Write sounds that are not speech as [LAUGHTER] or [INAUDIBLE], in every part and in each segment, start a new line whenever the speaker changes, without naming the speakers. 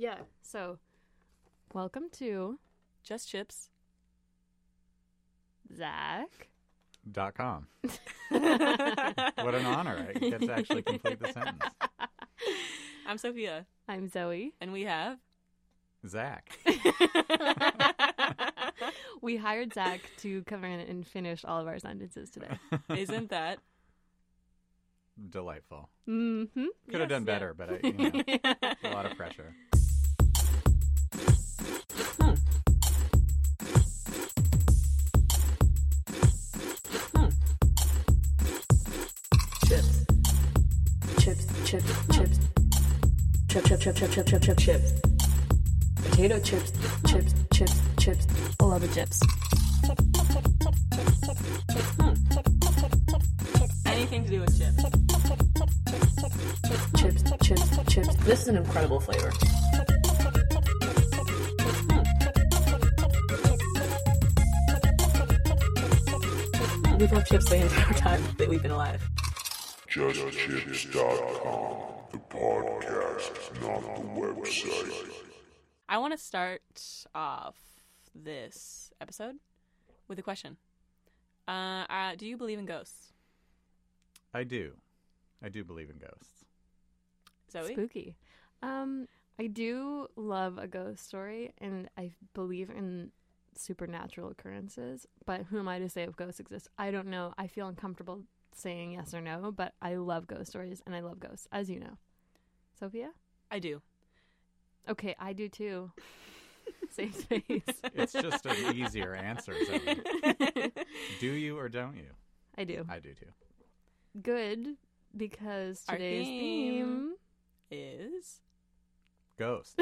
Yeah,
So, welcome to Just Chips. [LAUGHS] Zach.
dot com.
what
What an honor! I get to actually complete the sentence.
I'm Sophia,
I'm Zoe.
and we have.
Zach,
[LAUGHS] We hired Zach to come in and finish all of our sentences today.
[LAUGHS] Isn't that?
delightful.
hmm
Could have done better, but I, you know, a lot of pressure.
chips, chips, chips. Chip, chip, chip, chip, chip, chip, chip, chips. Potato chips, chips, chips, chips. I love the chips.
Anything to do with chips.
Chips, chips, chips. This is an incredible flavor.
Hmm.
We've loved chips the entire time that we've been alive.
JustChips.com, the podcast, not the website.
I want to start off this episode with a question. Uh, uh, do you believe in ghosts,
I do, I do believe in ghosts.
Zoe?
Spooky. Um, I do love a ghost story, and I believe in supernatural occurrences. But who am I to say if ghosts exist? I don't know. I feel uncomfortable saying yes or no, but I love ghost stories, and I love ghosts, as you know. Sophia. [LAUGHS]
I do. [LAUGHS]
Okay, I do too. Safe
[LAUGHS]
space.
It's just an easier answer. Zoe. Do you or don't you?
I do.
I do too.
Good because
Our
today's
theme.
theme
Is [LAUGHS]
Ghosts.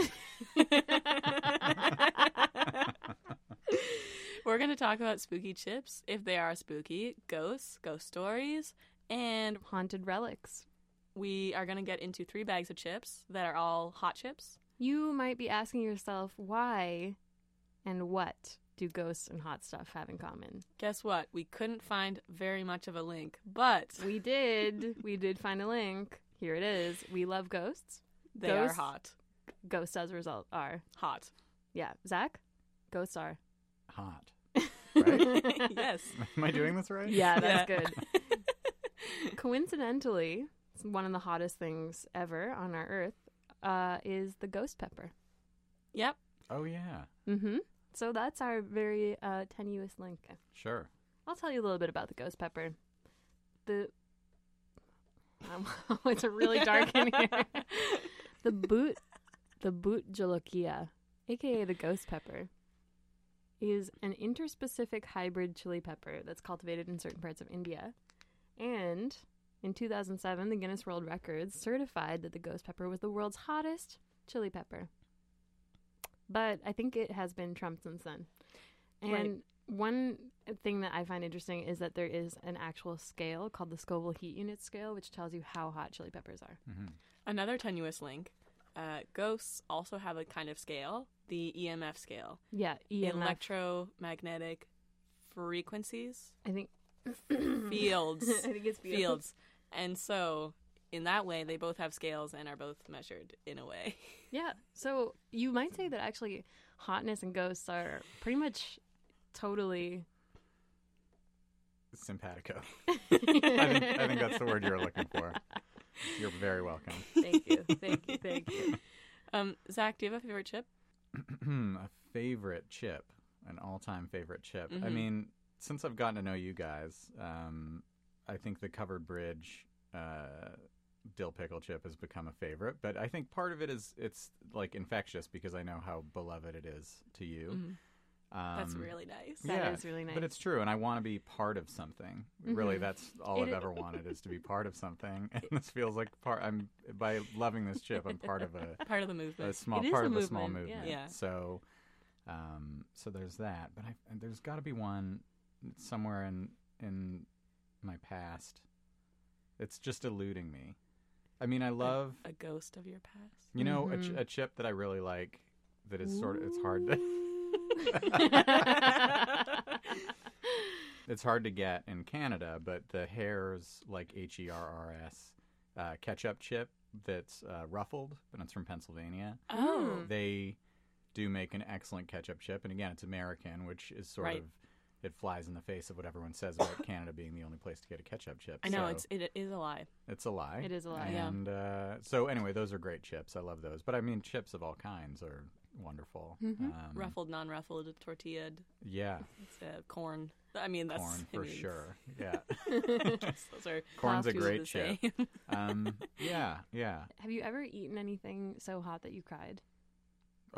We're going to talk about spooky chips, if they are spooky, ghosts, ghost stories, and
haunted relics.
we are going to get into three bags of chips that are all hot chips.
You might be asking yourself why and what do ghosts and hot stuff have in common?
Guess what? We couldn't find very much of a link, but
We
[LAUGHS]
did. we did find a link. Here it is. We love ghosts.
they
Ghosts-
are hot.
Ghosts, as a result, are. [LAUGHS]
Hot. [LAUGHS]
Yeah. Zach? Ghosts are.
Hot. Right?
yes.
Am I doing this right?
Yeah, that's
Yeah.
good.
[LAUGHS]
Coincidentally, it's one of the hottest things ever on our earth uh, is the ghost pepper.
Yep.
Oh yeah.
Mm hmm. So that's our very uh, tenuous link.
Sure.
I'll tell you a little bit about the ghost pepper. The [LAUGHS] um, it's really dark in here. the boot, the boot jalokia, aka the ghost pepper, is an interspecific hybrid chili pepper that's cultivated in certain parts of India. And in 2007, the Guinness World Records certified that the ghost pepper was the world's hottest chili pepper. But I think it has been trumped since then. And
Right.
one thing that I find interesting is that there is an actual scale called the Scoville Heat Unit Scale, which tells you how hot chili peppers are.
Another tenuous link. Uh, ghosts also have a kind of scale, the EMF scale,
Yeah, E
the
EMF.
electromagnetic
[LAUGHS]
frequencies,
I think [LAUGHS]
fields.
I think it's
fields. And so, in that way, they both have scales and are both measured in a way.
Yeah. So you might say that actually hotness and ghosts are pretty much totally
Simpatico. I think I think that's the word you're looking for. You're very welcome.
Thank
[LAUGHS]
you. Thank you. Thank you.
Um, Zach, do you have a favorite chip?
[CLEARS THROAT] a favorite chip, an all-time favorite chip. I
Mhm.
Mm-hmm.
mean, since I've gotten to know you guys, um, I think the covered bridge uh, dill pickle chip has become a favorite. But I think part of it is it's like infectious because I know how beloved it is to you. Um,
That's really nice.
Mm-hmm. That
yeah,
is really nice.
But it's true, and I want to be part of something. Really,
Mhm. [LAUGHS]
that's all
It-
I've ever wanted is to be part of
[LAUGHS]
something. And this feels like part. I'm by loving this chip. I'm part of a
Part of the
a
movement.
small
It is
part
a
of a small
movement, yeah.
movement.
Yeah.
So, um, so there's that. But I, and there's got to be one somewhere in in my past. It's just eluding me. I mean, I love
a ghost of your past.
you know a, ch-
Mhm.
a chip that I really like. That is sort of it's
[LAUGHS]
hard [LAUGHS] to [LAUGHS]
Hmm.
it's hard to get in Canada, but the hairs like H E R R S uh, ketchup chip that's uh, ruffled, but it's from Pennsylvania.
Hmm.
Oh,
they do make an excellent ketchup chip and again it's american which is sort
Right.
of it flies in the face of what everyone says
[LAUGHS]
about canada being the only place to get a ketchup chip
I know
So
it's it is a lie.
it's a lie
It is a lie.
Yeah.
and uh, so anyway those are great chips i love those but i mean chips of all kinds are wonderful
Mm-hmm.
um,
Ruffled, non-ruffled, tortillaed,
yeah
it's, uh, corn. I mean, [LAUGHS] that's
corn
I
for
mean,
sure
[LAUGHS]
yeah [LAUGHS]
Those are
corn's a
two of
great
the
chip
same.
[LAUGHS] um, yeah yeah
Have you ever eaten anything so hot that you cried?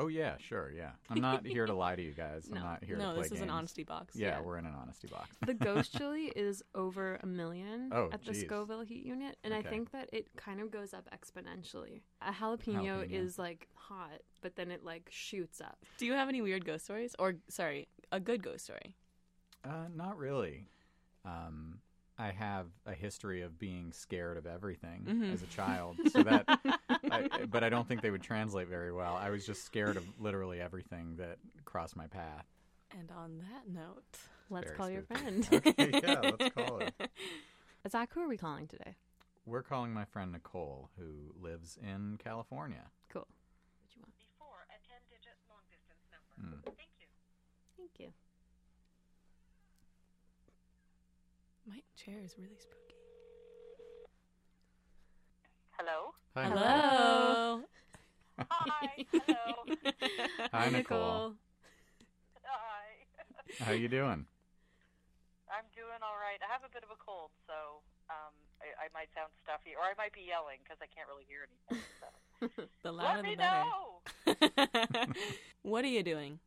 oh yeah sure yeah i'm not here
[LAUGHS]
to lie to you guys
No.
i'm not here to
no,
play
this is an
games.
honesty box.
yeah, we're in an honesty box
The ghost
[LAUGHS]
chili is over a million
Oh,
at the
geez.
Scoville heat unit, and
Okay.
I think that it kind of goes up exponentially. A jalapeno,
Jalapeno.
is like hot, but then it like shoots up.
Do you have any weird ghost stories? Or sorry, a good ghost story?
Uh, not really. Um, I have a history of being scared of everything
Mm-hmm.
as
[LAUGHS]
a child, so that. I, but I don't think they would translate very well. I was just scared of literally everything that crossed my path.
And on that note,
Let's
Very
call your
spooky.
friend.
[LAUGHS] okay, yeah,
[LAUGHS]
let's call it.
Zach, who are we calling today?
We're calling my friend Nicole, who lives in California.
Cool.
Mm.
Thank you.
my chair is really spooky.
Hello.
Hi, Nicole.
Hello.
Hi. Hello.
Hi, Nicole.
Hi.
How you doing?
I'm doing all right. I have a bit of a cold, so um, I, I might sound stuffy, or I might be yelling because I can't really hear anything. So.
[LAUGHS] The louder
Let
the
me
better.
know.
[LAUGHS] what are you doing?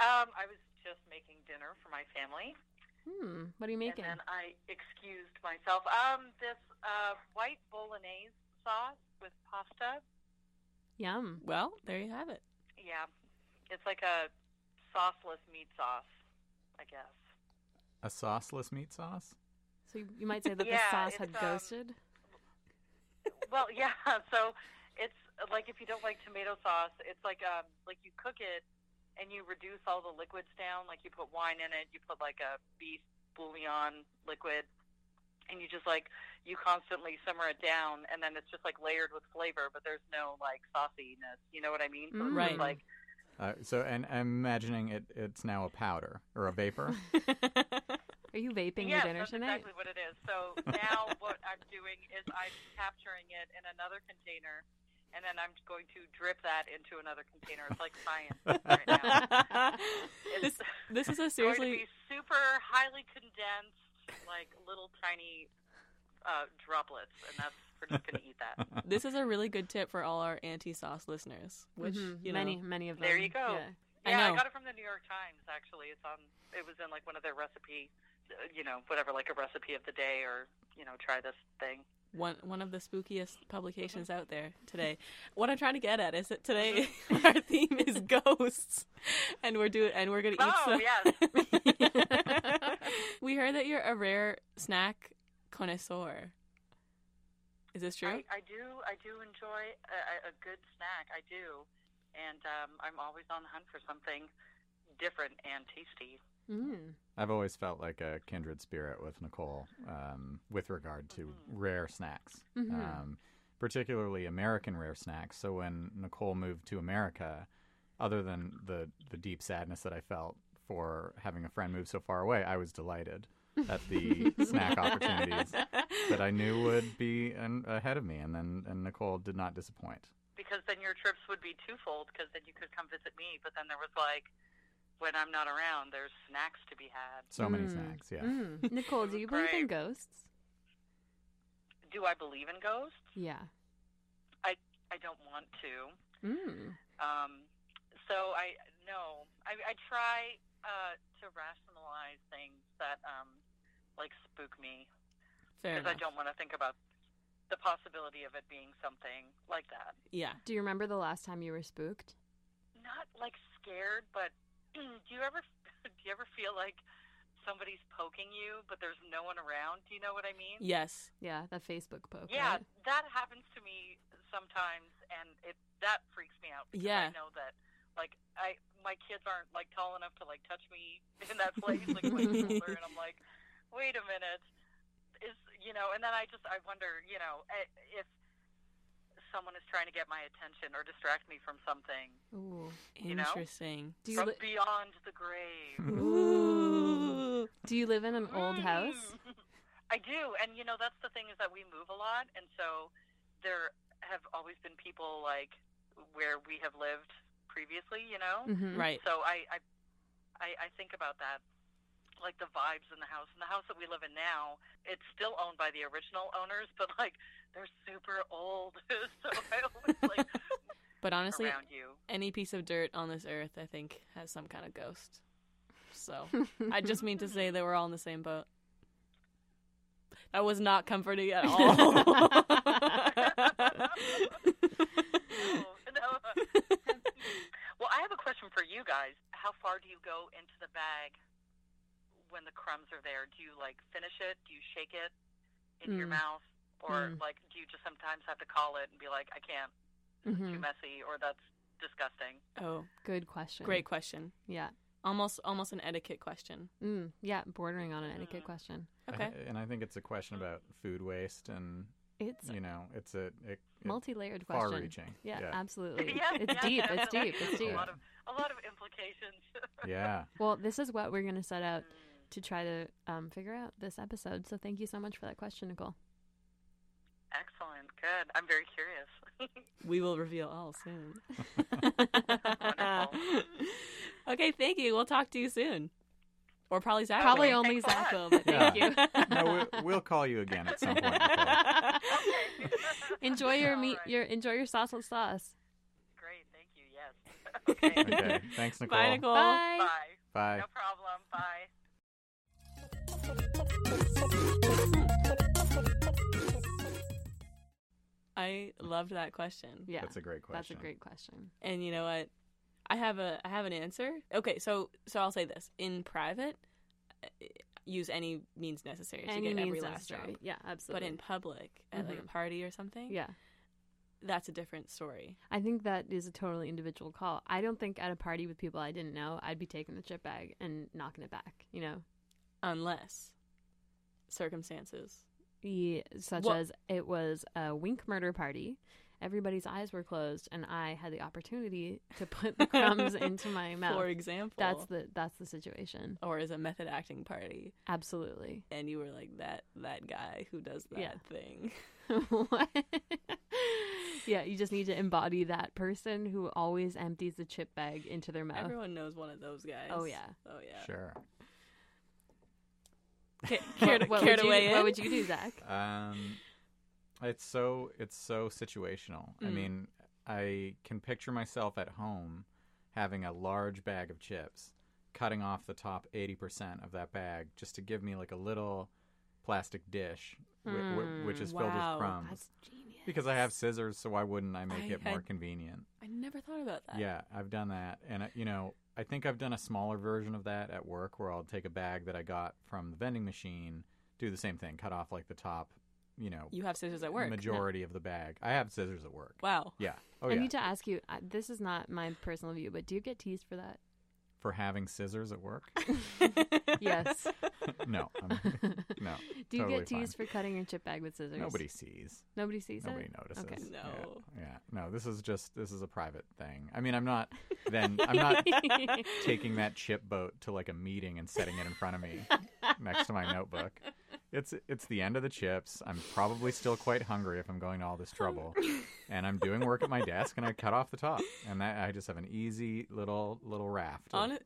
Um, I was just making dinner for my family,
Hmm. What are you making?
and then I excused myself. Um, this uh, white bolognese sauce with pasta.
Yum.
Well, there you
[LAUGHS]
have it.
Yeah, it's like a sauceless meat sauce, I guess.
A sauceless meat sauce?
So you, you might say that the
Yeah,
sauce had
it's, um,
ghosted.
Well, [LAUGHS] yeah. So it's like if you don't like tomato sauce, it's like um like you cook it and you reduce all the liquids down. Like you put wine in it, you put like a beef bouillon liquid, and you just like you constantly simmer it down, and then it's just like layered with flavor, but there's no like sauciness. You know what I mean? So it's
Right.
just, like
Uh, so, and I'm imagining it, it's now a powder or a vapor.
Are you vaping
yes,
your dinner
that's
tonight?
exactly what it is. So now what I'm doing is I'm capturing it in another container. And then I'm going to drip that into another container. It's like science right now.
[LAUGHS] this this is a
going
seriously
to be super highly condensed, like little tiny uh, droplets, and that's we're just gonna eat that.
this is a really good tip for all our anti sauce listeners. Which
Mm-hmm.
Mhm,
you know,
many, many of them.
There you go.
Yeah.
I
Yeah, I,
know.
got it from the New York Times. Actually, it's on. It was in like one of their recipe, uh, you know, whatever, like a recipe of the day, or you know, try this thing.
one one of the spookiest publications out there today. What I'm trying to get at is that today [LAUGHS] our theme is
[LAUGHS]
ghosts, and we're doing and we're gonna eat
Oh
some.
yes,
[LAUGHS] we heard that you're a rare snack connoisseur. Is this true?
I, I do. I do enjoy a, a- a good snack. I do, and um, I'm always on the hunt for something different and tasty.
Mm.
I've always felt like a kindred spirit with Nicole um, with regard to rare snacks,
Mhm.
um, particularly American rare snacks. So when Nicole moved to America, other than the, the deep sadness that I felt for having a friend move so far away, I was delighted. at
[LAUGHS]
the snack
[LAUGHS]
opportunities that I knew would be an, ahead of me, and then and Nicole did not disappoint.
because then your trips would be twofold because then you could come visit me, but then there was like when I'm not around, there's snacks to be had.
So many
Mm.
snacks, yeah.
Mm. Nicole, do you believe in
Right.
ghosts?
Do I believe in ghosts?
Yeah.
I I don't want to.
Mm.
Um, so I no, I, I try uh, to rationalize things that um, like spook me
Fair
because I
enough.
don't want to think about the possibility of it being something like that.
Yeah.
Do you remember the last time you were spooked?
Not like scared, but [CLEARS THROAT] do you ever [LAUGHS] do you ever feel like somebody's poking you, but there's no one around? Do you know what I mean?
Yes.
Yeah, that Facebook poke.
Yeah,
right?
that happens to me sometimes, and it that freaks me out. Because
Yeah.
I know that, like, I my kids aren't like tall enough to like touch me [LAUGHS] in that place, like
[LAUGHS]
when I'm older, and I'm like, wait a minute, is you know? And then I just I wonder, you know, i- if someone is trying to get my attention or distract me from something
Ooh.
You know?
Interesting.
Do you
from
li-
[LAUGHS] beyond the grave.
Ooh. Do you live in an old
Mm.
house?
I do, and you know that's the thing is that we move a lot, and so there have always been people like where we have lived previously, you know.
Mhm.
Right.
So I, I, I, I think about that, like the vibes in the house. And the house that we live in now, it's still owned by the original owners, but like they're super old. [LAUGHS] so I always like
But honestly,
around you. [LAUGHS]
any piece of dirt on this earth, I think, has some kind of ghost.
[LAUGHS]
So I just mean to say that we're all in the same boat. That was not comforting
[LAUGHS]
at all. [LAUGHS]
Oh, [LAUGHS] no. well, I have a question for you guys. How far do you go into the bag when the crumbs are there? Do you like finish it? Do you shake it in your
Mm.
mouth? Or
Mm.
like do you just sometimes have to call it and be like, I can't,
Mhm.
too messy or that's
[LAUGHS]
disgusting? [LAUGHS]
oh,
Good question.
great question.
Yeah.
Almost, almost an etiquette question.
Mm. Yeah, bordering on an
Mm-hmm.
etiquette question.
I
Okay.
thi- and I think it's a question about food waste, and
It's
you know, it's a it, it-
multi-layered question.
far-reaching.
Yeah,
Yeah.
[LAUGHS]
absolutely.
Yeah,
it's
yeah,
deep. It's
definitely.
deep. It's
There's
deep.
A lot of a lot of implications. [LAUGHS]
yeah.
Well, this is what we're going to set out to try to um, figure out this episode. So thank you so much for that question, Nicole.
Excellent. Good. I'm very curious.
We will reveal all
[LAUGHS]
soon.
Wonderful.
okay, thank you. We'll talk to you soon. Or probably Zach.
Probably
will.
only
Thanks a
Zach
lot.
will, but
Yeah.
thank you.
[LAUGHS]
No, we, we'll call you again at some point. Nicole.
[LAUGHS] [LAUGHS]
[LAUGHS]
enjoy your
All
meat.
right.
Your enjoy your sauceless sauce.
Great. Thank you.
[LAUGHS]
Yes. Okay.
Okay. Thanks, Nicole.
Bye, Nicole.
Bye.
Bye.
Bye.
No problem. Bye.
I loved that question.
Yeah,
That's a great question.
That's a great question.
And you know what? I have a I have an answer. Okay, so so I'll say this in private, uh, use any means necessary to
Any
get every
means
last
necessary.
job.
Yeah,
But
absolutely.
in public, at like a
Mhm.
party or something,
yeah,
that's a different story.
I think that is a totally individual call. I don't think at a party with people I didn't know, I'd be taking the chip bag and knocking it back. You know,
Unless circumstances.
Yeah, such
Well-
as it was a wink murder party. Everybody's eyes were closed, and I had the opportunity to put the crumbs
[LAUGHS]
into my mouth.
For example,
that's the that's the situation.
or is a method acting party,
Absolutely. [LAUGHS]
and you were like that that guy who does that
Yeah.
thing.
What? yeah, you just need to embody that person who always empties the chip bag into their mouth.
Everyone knows one of those guys.
Oh, yeah.
Oh yeah.
Sure.
Ca- care to,
[LAUGHS] what,
care
would
to
you,
weigh
do-
in?
what would you do,
[LAUGHS]
Zach?
Um, it's so it's so situational. I
Mm.
mean, I can picture myself at home having a large bag of chips, cutting off the top eighty percent of that bag just to give me like a little plastic dish, whi- whi- which is filled
Wow.
with crumbs.
That's genius.
because I have scissors, so why wouldn't I make
I
it more
had-
convenient?
I never thought about that.
Yeah, I've done that, and uh, you know, I think I've done a smaller version of that at work, where I'll take a bag that I got from the vending machine, do the same thing, cut off like the top, you know,
You have scissors at work.
majority of the bag. I have scissors at work.
[LAUGHS] Wow.
Yeah. Oh
I
yeah.
[LAUGHS]
need to ask you. I- This is not my personal view, but do you get teased for that?
for having scissors at
[LAUGHS]
work? [LAUGHS]
Yes.
no,
[LAUGHS]
I'm, no.
Do you
totally
get
fine.
teased for cutting your chip bag with scissors?
Nobody sees.
Nobody sees
Nobody
it.
notices.
Okay.
Yeah,
No.
Yeah, No, this is just this is a private thing. I mean, I'm not then I'm not taking that chip boat to like a meeting and setting it in front of me next to my notebook. It's it's the end of the chips. I'm probably still quite hungry if I'm going to all this trouble. And I'm doing work at my desk and I cut off the top. And that I just have an easy little little raft. of
[LAUGHS] Hon-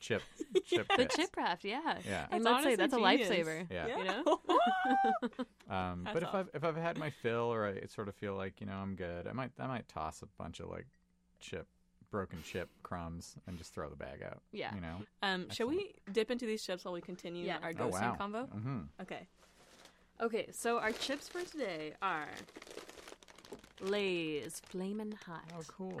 chip chip
The
bits.
chip raft, yeah.
Yeah.
And let's
That's
say
honestly
that's a
genius.
lifesaver.
Yeah.
You know? [LAUGHS]
Um,
Hats
but if
off.
I've if I've had my fill or I sort of feel like you know I'm good, I might I might toss a bunch of like chip broken chip crumbs and just throw the bag out.
Yeah.
you know.
um, shall we dip into these chips while we continue
Yeah.
our
Oh
ghosting
wow.
combo?
Mm-hmm.
Okay.
Okay, so our chips for today are Lay's Flamin' Hot.
Oh cool.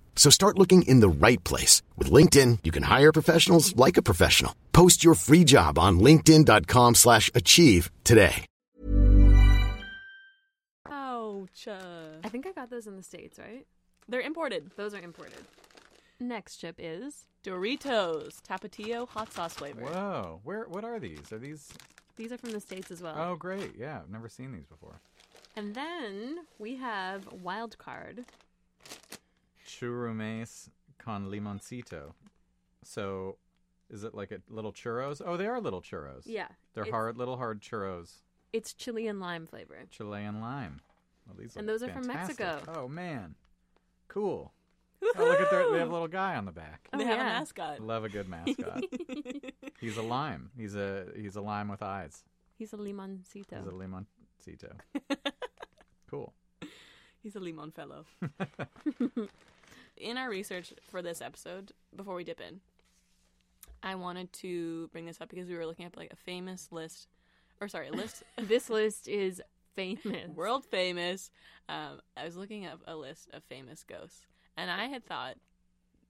So start looking in the right place. With LinkedIn, you can hire professionals like a professional. Post your free job on linkedin.com/achieve slash achieve today.
Ouch. Uh,
I think I got those in the States, right?
They're imported.
Those are imported. Next chip is
Doritos Tapatio hot sauce flavor.
Whoa. Where what are these? Are these?
these are from the States as well.
Oh great. Yeah, I've never seen these before.
And then we have Wild Card.
Churrumes con limoncito. So, is it like a little churros? Oh, they are little churros.
Yeah.
They're
it's,
hard little hard churros.
It's chili and lime flavor.
Chilean lime. Well, these
And
look
those are from
fantastic.
Mexico.
Oh man,
[LAUGHS]
cool. Oh, look at their, they have a little guy on the back.
They have a
Oh, yeah.
I
mascot.
love a
[LAUGHS]
good mascot. he's a lime. He's a he's a lime with eyes.
He's a limoncito.
He's a limoncito.
[LAUGHS]
cool.
He's a limon fellow. in our research for this episode, before we dip in, I wanted to bring this up because we were looking up like a famous list, or sorry, a list
this list is famous.
world famous. Um, I was looking up a list of famous ghosts, and I had thought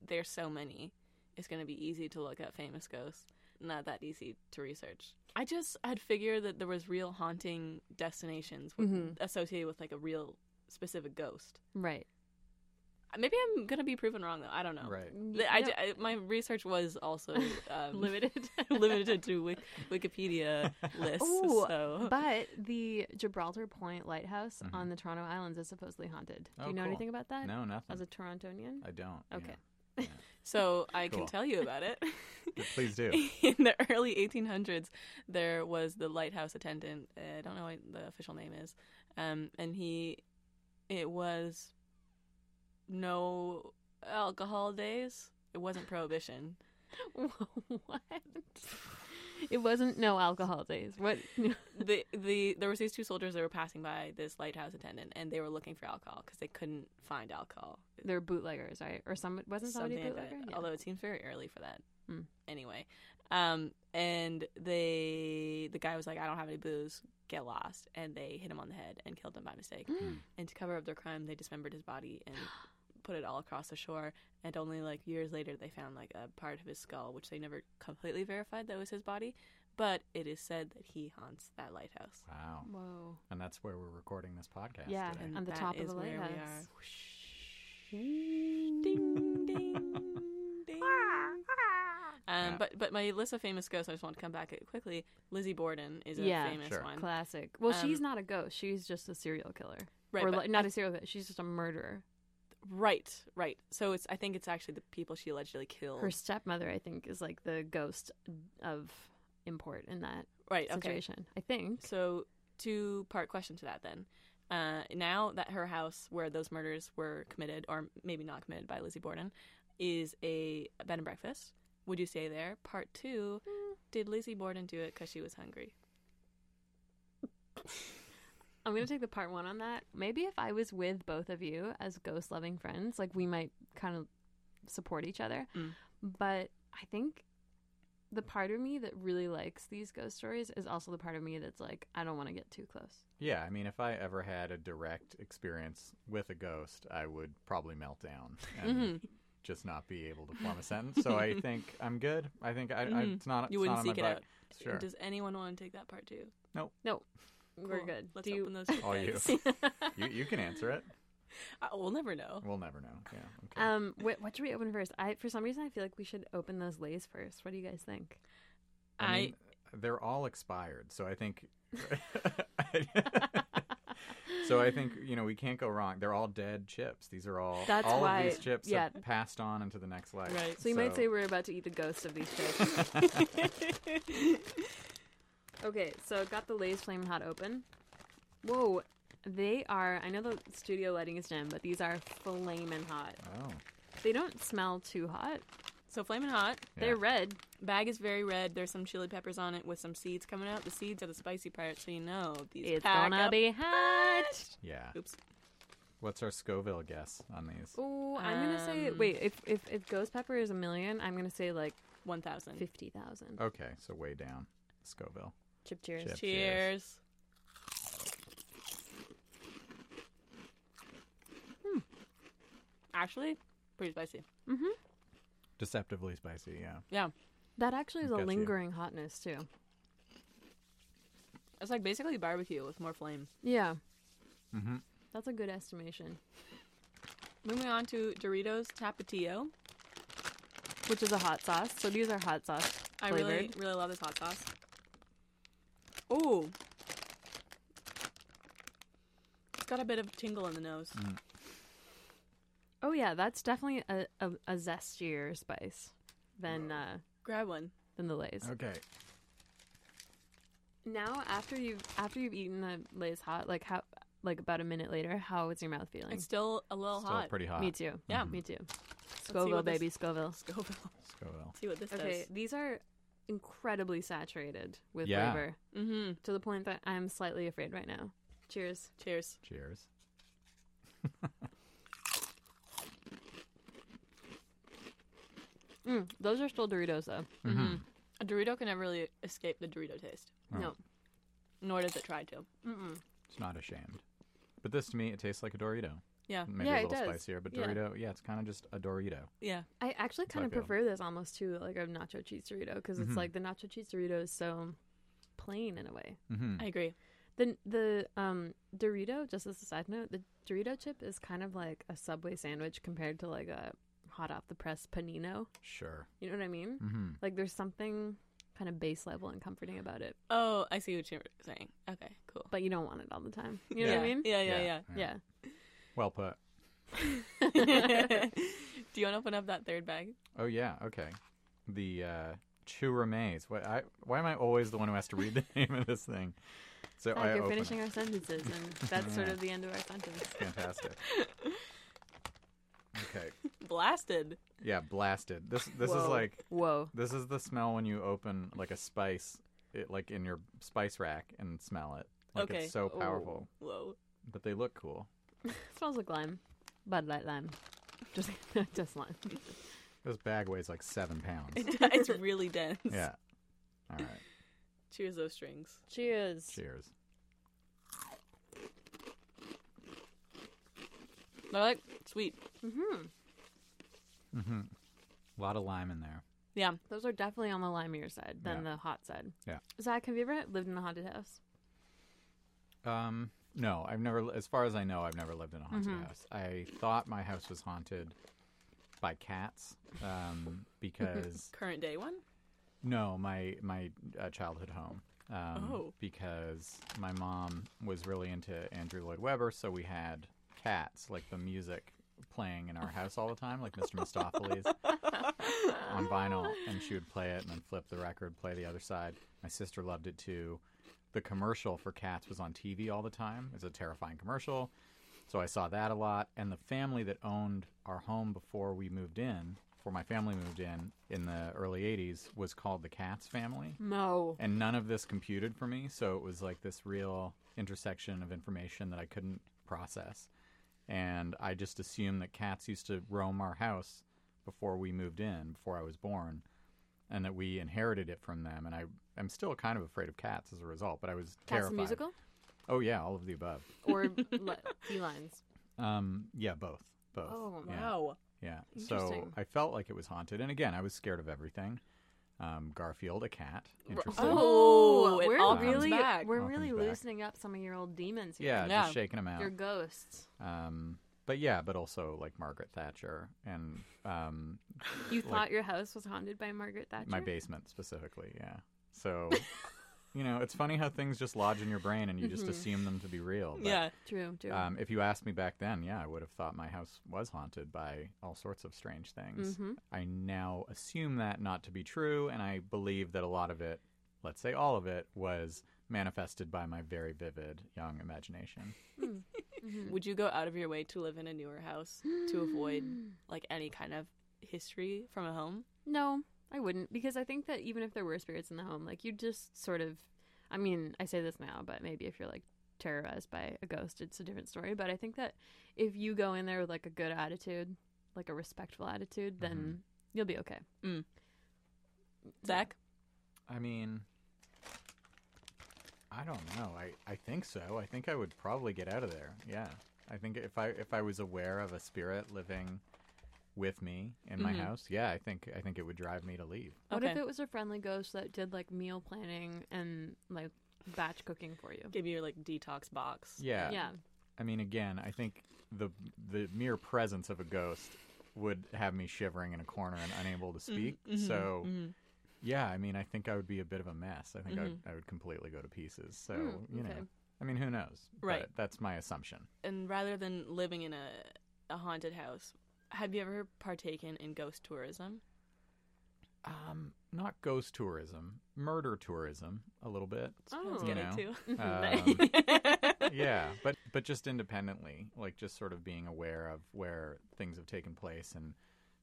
there's so many, it's going to be easy to look up famous ghosts. Not that easy to research. I just had figured that there was real haunting destinations with, associated with like a real specific ghost.
Right.
Maybe I'm gonna be proven wrong though. I don't know.
Right.
Th- I, d- I- my research was
[LAUGHS]
also um,
Limited.
[LAUGHS] limited to wik-
[LAUGHS]
[LAUGHS]
Wikipedia lists.
Ooh,
so
but the Gibraltar Point Lighthouse on the Toronto Islands is supposedly haunted. Do
Mm-hmm. Oh,
you know
cool.
anything about that?
No, nothing.
As a Torontonian?
I don't. yeah.
Okay.
so I
Cool.
can tell you about it.
[LAUGHS] Yeah, Please do.
[LAUGHS] In the early 1800s, there was the lighthouse attendant. uh, I don't know what the official name is, um, and he, it was no alcohol days. It wasn't prohibition.
[LAUGHS] what? It wasn't no alcohol days. What? [LAUGHS]
the the there was these two soldiers that were passing by this lighthouse attendant and they were looking for alcohol because they couldn't find alcohol
They're bootleggers, right? Or some wasn't somebody
Something like that,
bootlegger? Yeah.
although it seems very early for that
Hmm.
anyway um and they the guy was like i don't have any booze get lost and they hit him on the head and killed him by mistake
Hmm.
Hmm.
[LAUGHS] and to cover up their crime they dismembered his body
[GASPS]
and put it all across the shore and only like years later they found like a part of his skull which they never completely verified that was his body but it is said that he haunts that lighthouse
Wow.
Whoa.
And that's where we're recording this podcast.
Yeah,
Today.
and
on the
that
top of
is
the
where we
lighthouse.
ding ding ding. Um,
Yeah.
but but my list of famous ghosts. I just want to come back at- quickly. Lizzie Borden is a
Yeah.
famous
Sure.
one.
Classic. Well, she's
Um,
not a ghost. She's just a serial killer.
Right,
Or
but
like, not a serial killer. She's just a murderer.
Right, right. So it's I think it's actually the people she allegedly killed.
Her stepmother, I think, is like the ghost of import in that
right. Okay.
situation. I think.
So two part question to that then. Uh, now that her house where those murders were committed, or maybe not committed by Lizzie Borden, is a bed and breakfast, would you stay there? Part two, did Lizzie Borden do it because she was hungry?
I'm gonna take the part one on that. Maybe if I was with both of you as ghost loving friends, like we might kind of support each other.
Mm.
But I think the part of me that really likes these ghost stories is also the part of me that's like, I don't want to get too close.
Yeah, I mean, if I ever had a direct experience with a ghost, I would probably melt down
Mm-hmm.
and just not be able to form a sentence. So
[LAUGHS]
I think I'm good. I think I, I,
Mhm.
it's not.
you
it's
wouldn't
not on
seek
my
it out.
bucket. Sure.
Does anyone want to take that part two?
Nope.
No, we're
Cool.
good.
Let's
Do you-
open those. two
[LAUGHS]
All you.
bags. [LAUGHS]
you. You can answer it.
I- Uh, we'll never know.
We'll never know. Yeah. Okay.
Um, what, what should we open first? I for some reason I feel like we should open those lays first. What do you guys think?
I,
I-
mean, they're all expired, so
[LAUGHS]
I think. [LAUGHS] so I think you know we can't go wrong. They're all dead chips. These are all
That's
all
why-
of these chips
yeah.
have passed on into the next life.
Right.
So you might say we're about to eat the ghost of these
[LAUGHS]
chips. okay, so got the Lay's Flamin' Hot open. Whoa, they are. I know the studio lighting is dim, but these are flamin' hot.
Oh,
They don't smell too hot.
So flaming hot.
They're red.
Bag is very red. There's some chili peppers on it with some seeds coming out. The seeds are the spicy part, so you know these.
It's
pack
gonna
up.
be hot.
yeah.
Oops.
What's our Scoville guess on these?
Oh, I'm gonna say.
Um,
Wait, if, if if ghost pepper is a million, I'm gonna say like
One thousand.
fifty thousand.
Okay, so way down Scoville.
Chip cheers.
Chip. Cheers.
Cheers. Hmm. Actually, pretty spicy.
Deceptively spicy. Yeah.
Yeah.
That actually is a
Got you.
lingering hotness too.
It's like basically barbecue with more flame.
Yeah,
Mm-hmm.
that's a good estimation.
Moving on to Doritos Tapatio.
which is a hot sauce. So these are hot sauce
I
flavored.
really, really love this hot sauce. Oh. It's got a bit of tingle in the nose.
Mm.
Oh yeah, that's definitely a, a, a zestier spice than uh,
Grab one.
than the Lay's.
Okay.
Now after you've after you've eaten the Lay's hot, like how like about a minute later, how is your mouth feeling?
It's still a little
Mm. Still
hot. [LAUGHS]
pretty hot.
Me too.
Yeah.
me too.
see what
Scoville,
this-
baby, Scoville.
Scoville.
Scoville.
See what this
Okay, these are incredibly saturated with
Yeah.
flavor
does. Mm-hmm.
to the point that I'm slightly afraid right now. Cheers.
Cheers.
Cheers.
Mm, those are still Doritos though.
Mm-hmm. A Dorito can never really escape the Dorito taste,
Oh.
No.
nor does it try to.
Mm-mm.
It's not ashamed. But this to me, it tastes like a Dorito.
Yeah.
Maybe
Yeah,
a
it
little
does.
spicier, but
Yeah.
Dorito, yeah, it's kind of just a Dorito.
Yeah.
I actually
how
kind
I
of
feel.
prefer this almost to like a nacho cheese Dorito because
Mm-hmm.
it's like the nacho cheese Dorito is so plain in a way.
Mm-hmm.
I agree.
The the um Dorito, just as a side note, the Dorito chip is kind of like a Subway sandwich compared to like a hot off the press panino.
Sure.
You know what I mean?
Mm.
Mm-hmm.
Like there's something kind of base level and comforting about it,
Oh, I see what you're saying. Okay, cool.
but you don't want it all the time. You know
yeah.
what I mean?
Yeah, yeah,
Yeah.
yeah.
Yeah.
Well put.
[LAUGHS] Do you want to open up that third bag?
Oh yeah. Okay. The uh, Chew Remains. Why, I, why am I always the one who has to read the [LAUGHS] name of this thing? So
Zach,
I
you're
open
finishing
it.
our sentences,
[LAUGHS]
and that's sort
Yeah.
of the end of our sentence.
Fantastic. okay.
Blasted.
Yeah. Blasted. This this is
Whoa.
like
Whoa.
this is the smell when you open like a spice, it, like in your spice rack and smell it. Like
Okay.
it's so
Oh.
powerful,
Whoa. [LAUGHS]
but they look cool.
smells like lime. Bud Light lime. Just, [LAUGHS] just
[LAUGHS]
lime.
This bag weighs like seven pounds.
it's really dense.
yeah. All right.
Cheers, those strings.
Cheers.
Cheers.
They're like sweet.
Mm-hmm.
A lot of lime in there.
Yeah.
Those are definitely on the limier side than
Yeah.
the hot side.
Yeah.
Zach, have you ever lived in a haunted house?
Um, no, I've never. As far as I know, I've never lived in a haunted house. I thought my house was haunted by cats um, because
Current day one?
no, my my uh, childhood home. Um,
Oh.
because my mom was really into Andrew Lloyd Webber, so we had cats, like the music playing in our house all the time, like Mr. Mistopheles on vinyl, and she would play it and then flip the record, play the other side. My sister loved it too. the commercial for cats was on TV all the time. It's a terrifying commercial. So I saw that a lot. And the family that owned our home before we moved in, before my family moved in in the early 80s, was called the Katz family.
No.
And none of this computed for me. So it was like this real intersection of information that I couldn't process. And I just assumed that cats used to roam our house before we moved in, before I was born, and that we inherited it from them. And I am still kind of afraid of cats as a result, but I was
Cats
terrified.
the
[LAUGHS]
musical
Oh, yeah, all of the above.
or le- felines?
Um, yeah, both. Both.
Oh,
yeah.
wow.
Yeah. So
Interesting.
I felt like it was haunted. And again, I was scared of everything. Um, Garfield, a cat. Interesting.
Oh, it
we're
all comes
really
back.
we're
All comes
really
back.
loosening up some of your old demons here.
Yeah,
Yeah.
just shaking them out.
Your ghosts.
Um, but yeah, but also like Margaret Thatcher and um,
You
Like-
thought your house was haunted by Margaret Thatcher?
my basement specifically. Yeah. So, you know, it's funny how things just lodge in your brain and you just assume them to be real. But,
Yeah.
True, Mm-hmm. true.
Um, if you asked me back then, yeah, I would have thought my house was haunted by all sorts of strange
Mm-hmm.
things. I now assume that not to be true, and I believe that a lot of it, let's say all of it, was manifested by my very vivid young imagination.
Mm-hmm.
Would you go out of your way to live in a newer house to avoid like any kind of history from a home?
No, I wouldn't because I think that even if there were spirits in the home, like you just sort of I mean, I say this now, but maybe if you're like terrorized by a ghost, it's a different story, but I think that if you go in there with like a good attitude, like a respectful attitude, then
Mm-hmm.
you'll be okay.
Zach?
I mean, I don't know. I, I think so. I think I would probably get out of there. Yeah. I think if I if I was aware of a spirit living with me in my house, yeah, I think I think it would drive me to leave.
What if
Okay.
it was a friendly ghost that did like meal planning and like batch cooking for you?
Give you your like detox box.
Yeah.
Yeah.
I mean, again, I think the the mere presence of a ghost would have me shivering in a corner and unable to
Mm-hmm,
speak. so, yeah, I mean, I think I would be a bit of a mess. I think I, would,
Mm-hmm.
I would completely go to pieces. So, you know, I mean, who knows?
Mm, Right.
But that's my assumption.
And rather than living in a, a haunted house, have you ever partaken in ghost tourism?
Um, not ghost tourism, murder tourism, a little bit.
Oh.
you
Get it
know?
[LAUGHS] too.
Um, [LAUGHS] yeah, but but just independently, like just sort of being aware of where things have taken place and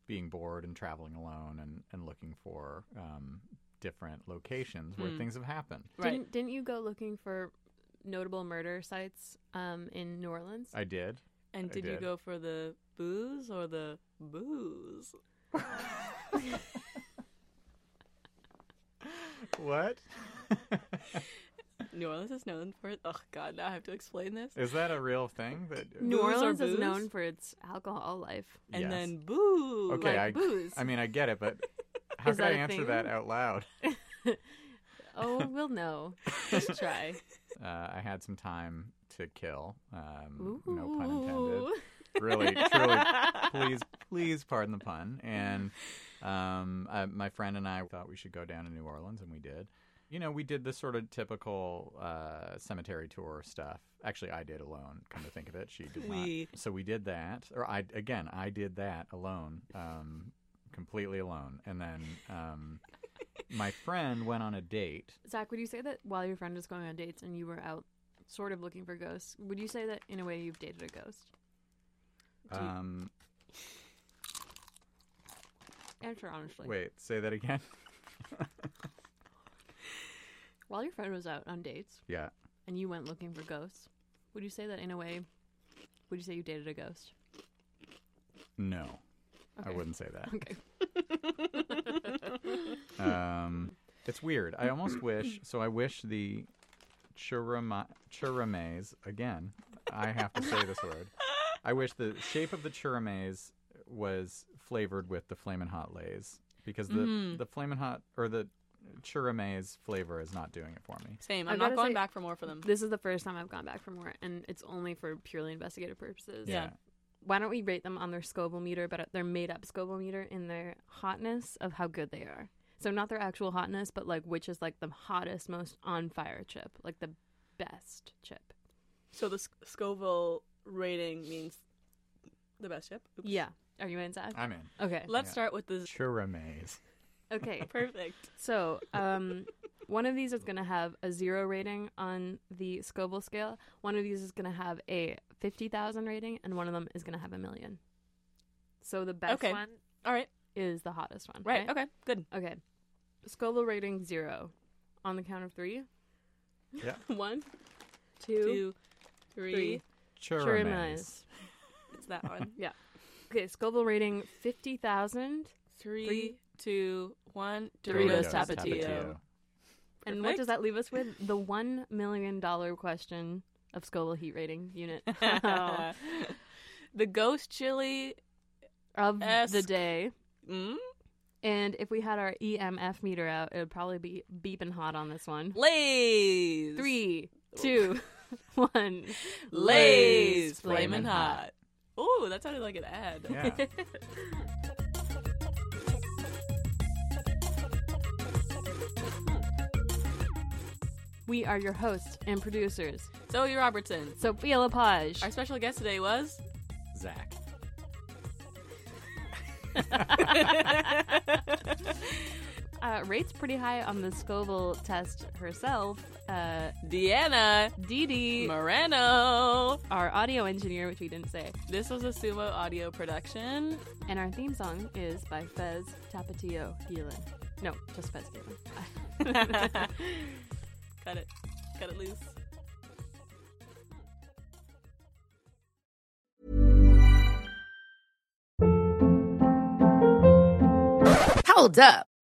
being bored and traveling alone and and looking for um, different locations where
Hmm.
things have happened.
Right.
Didn't didn't you go looking for notable murder sites um in New Orleans?
I did.
And
I
did, you
did.
go for the booze or the booze?
What
New Orleans is known for it. Oh God, now I have to explain this.
[LAUGHS] is that a real thing?
[LAUGHS]
That
New
Booze or
Orleans is
booze?
known for its alcohol life.
And
Yes.
then booze.
okay,
like
I
booze.
I mean I get it, but
[LAUGHS]
how
Is
could
that
I
a
answer
thing?
that out
[LAUGHS]
loud? [LAUGHS]
Oh, we'll know. Just try.
Uh, I had some time to kill. Um,
Ooh.
[LAUGHS] no pun intended.
[LAUGHS]
really, truly, please, please pardon the pun. And um, uh, my friend and I thought we should go down to New Orleans, and we did. You know, we did the sort of typical uh, cemetery tour stuff. Actually, I did alone. Come to think of it, she did not.
We-
So we did that, or I again, I did that alone, um, completely alone. And then um, my friend went on a date.
Zach, would you say that while your friend was going on dates and you were out sort of looking for ghosts, would you say that in a way you've dated a ghost?
Um,
Answer honestly.
wait, say that again. [LAUGHS]
While your friend was out on dates
yeah.
and you went looking for ghosts, would you say that in a way would you say you dated a ghost?
No, I
Okay.
wouldn't say that.
Okay.
[LAUGHS] Um, it's weird. I almost wish. So I wish the churama, churrames again. I have to say this word. I wish the shape of the churrames was flavored with the flamin' hot lays because the the flamin' hot or the churrames flavor is not doing it for me.
Same.
I've
I'm not
gotta
going
say-
back for more for them.
This is the first time I've gone back for more and it's only for purely investigative purposes.
Yeah.
Why don't we rate them on their Scoville meter, but their made up Scoville meter in their hotness of how good they are? So not their actual hotness, but like which is like the hottest, most on fire chip, like the best chip.
So the Sc- Scoville rating means the best chip. Oops.
Yeah. Are you in, Zach?
I'm in.
Okay.
Let's [LAUGHS]
Yeah.
start with the
Churrames.
Okay.
perfect.
So, um, one of these is going to have a zero rating on the Scoville scale. One of these is going to have a 50,000 rating, and one of them is going to have a million. So the best
Okay.
one
All right.
is the hottest one.
Right. Okay. [LAUGHS] Good.
Okay. Scoville rating zero. On the count of three.
Yeah.
One,
Two,
three.
three.
Churimize.
It's that one.
Yeah. Okay, Scoville rating 50,000.
[LAUGHS] Three, two, one.
Doritos
Doritos,
Tapatio.
Tapatio.
And what
Perfect.
does that leave us with? The $1 million question of Scoville heat rating
[LAUGHS]
unit
the ghost chili.
of the
Esque.
day.
Mm?
And if we had our EMF meter out, it would probably be beeping hot on this one.
Lays.
Three,
[LAUGHS]
two, one.
Lays.
Flamin'
Flamin'
hot.
hot. Ooh, that sounded like an ad.
Yeah.
We are your hosts and producers,
Zoe Robertson.
Sophia Lepage.
Our special guest today was.
Zach.
Uh, rates pretty high on the Scoville test herself. Uh,
[LAUGHS] Deanna
Dee Dee,
Moreno.
our audio engineer, which we didn't say.
This was a Sumo audio production.
And our theme song is by Fez Tapatio Gielan. No, just Fez Gielan. [LAUGHS]
Cut [LAUGHS] it. Cut it loose.
Hold up.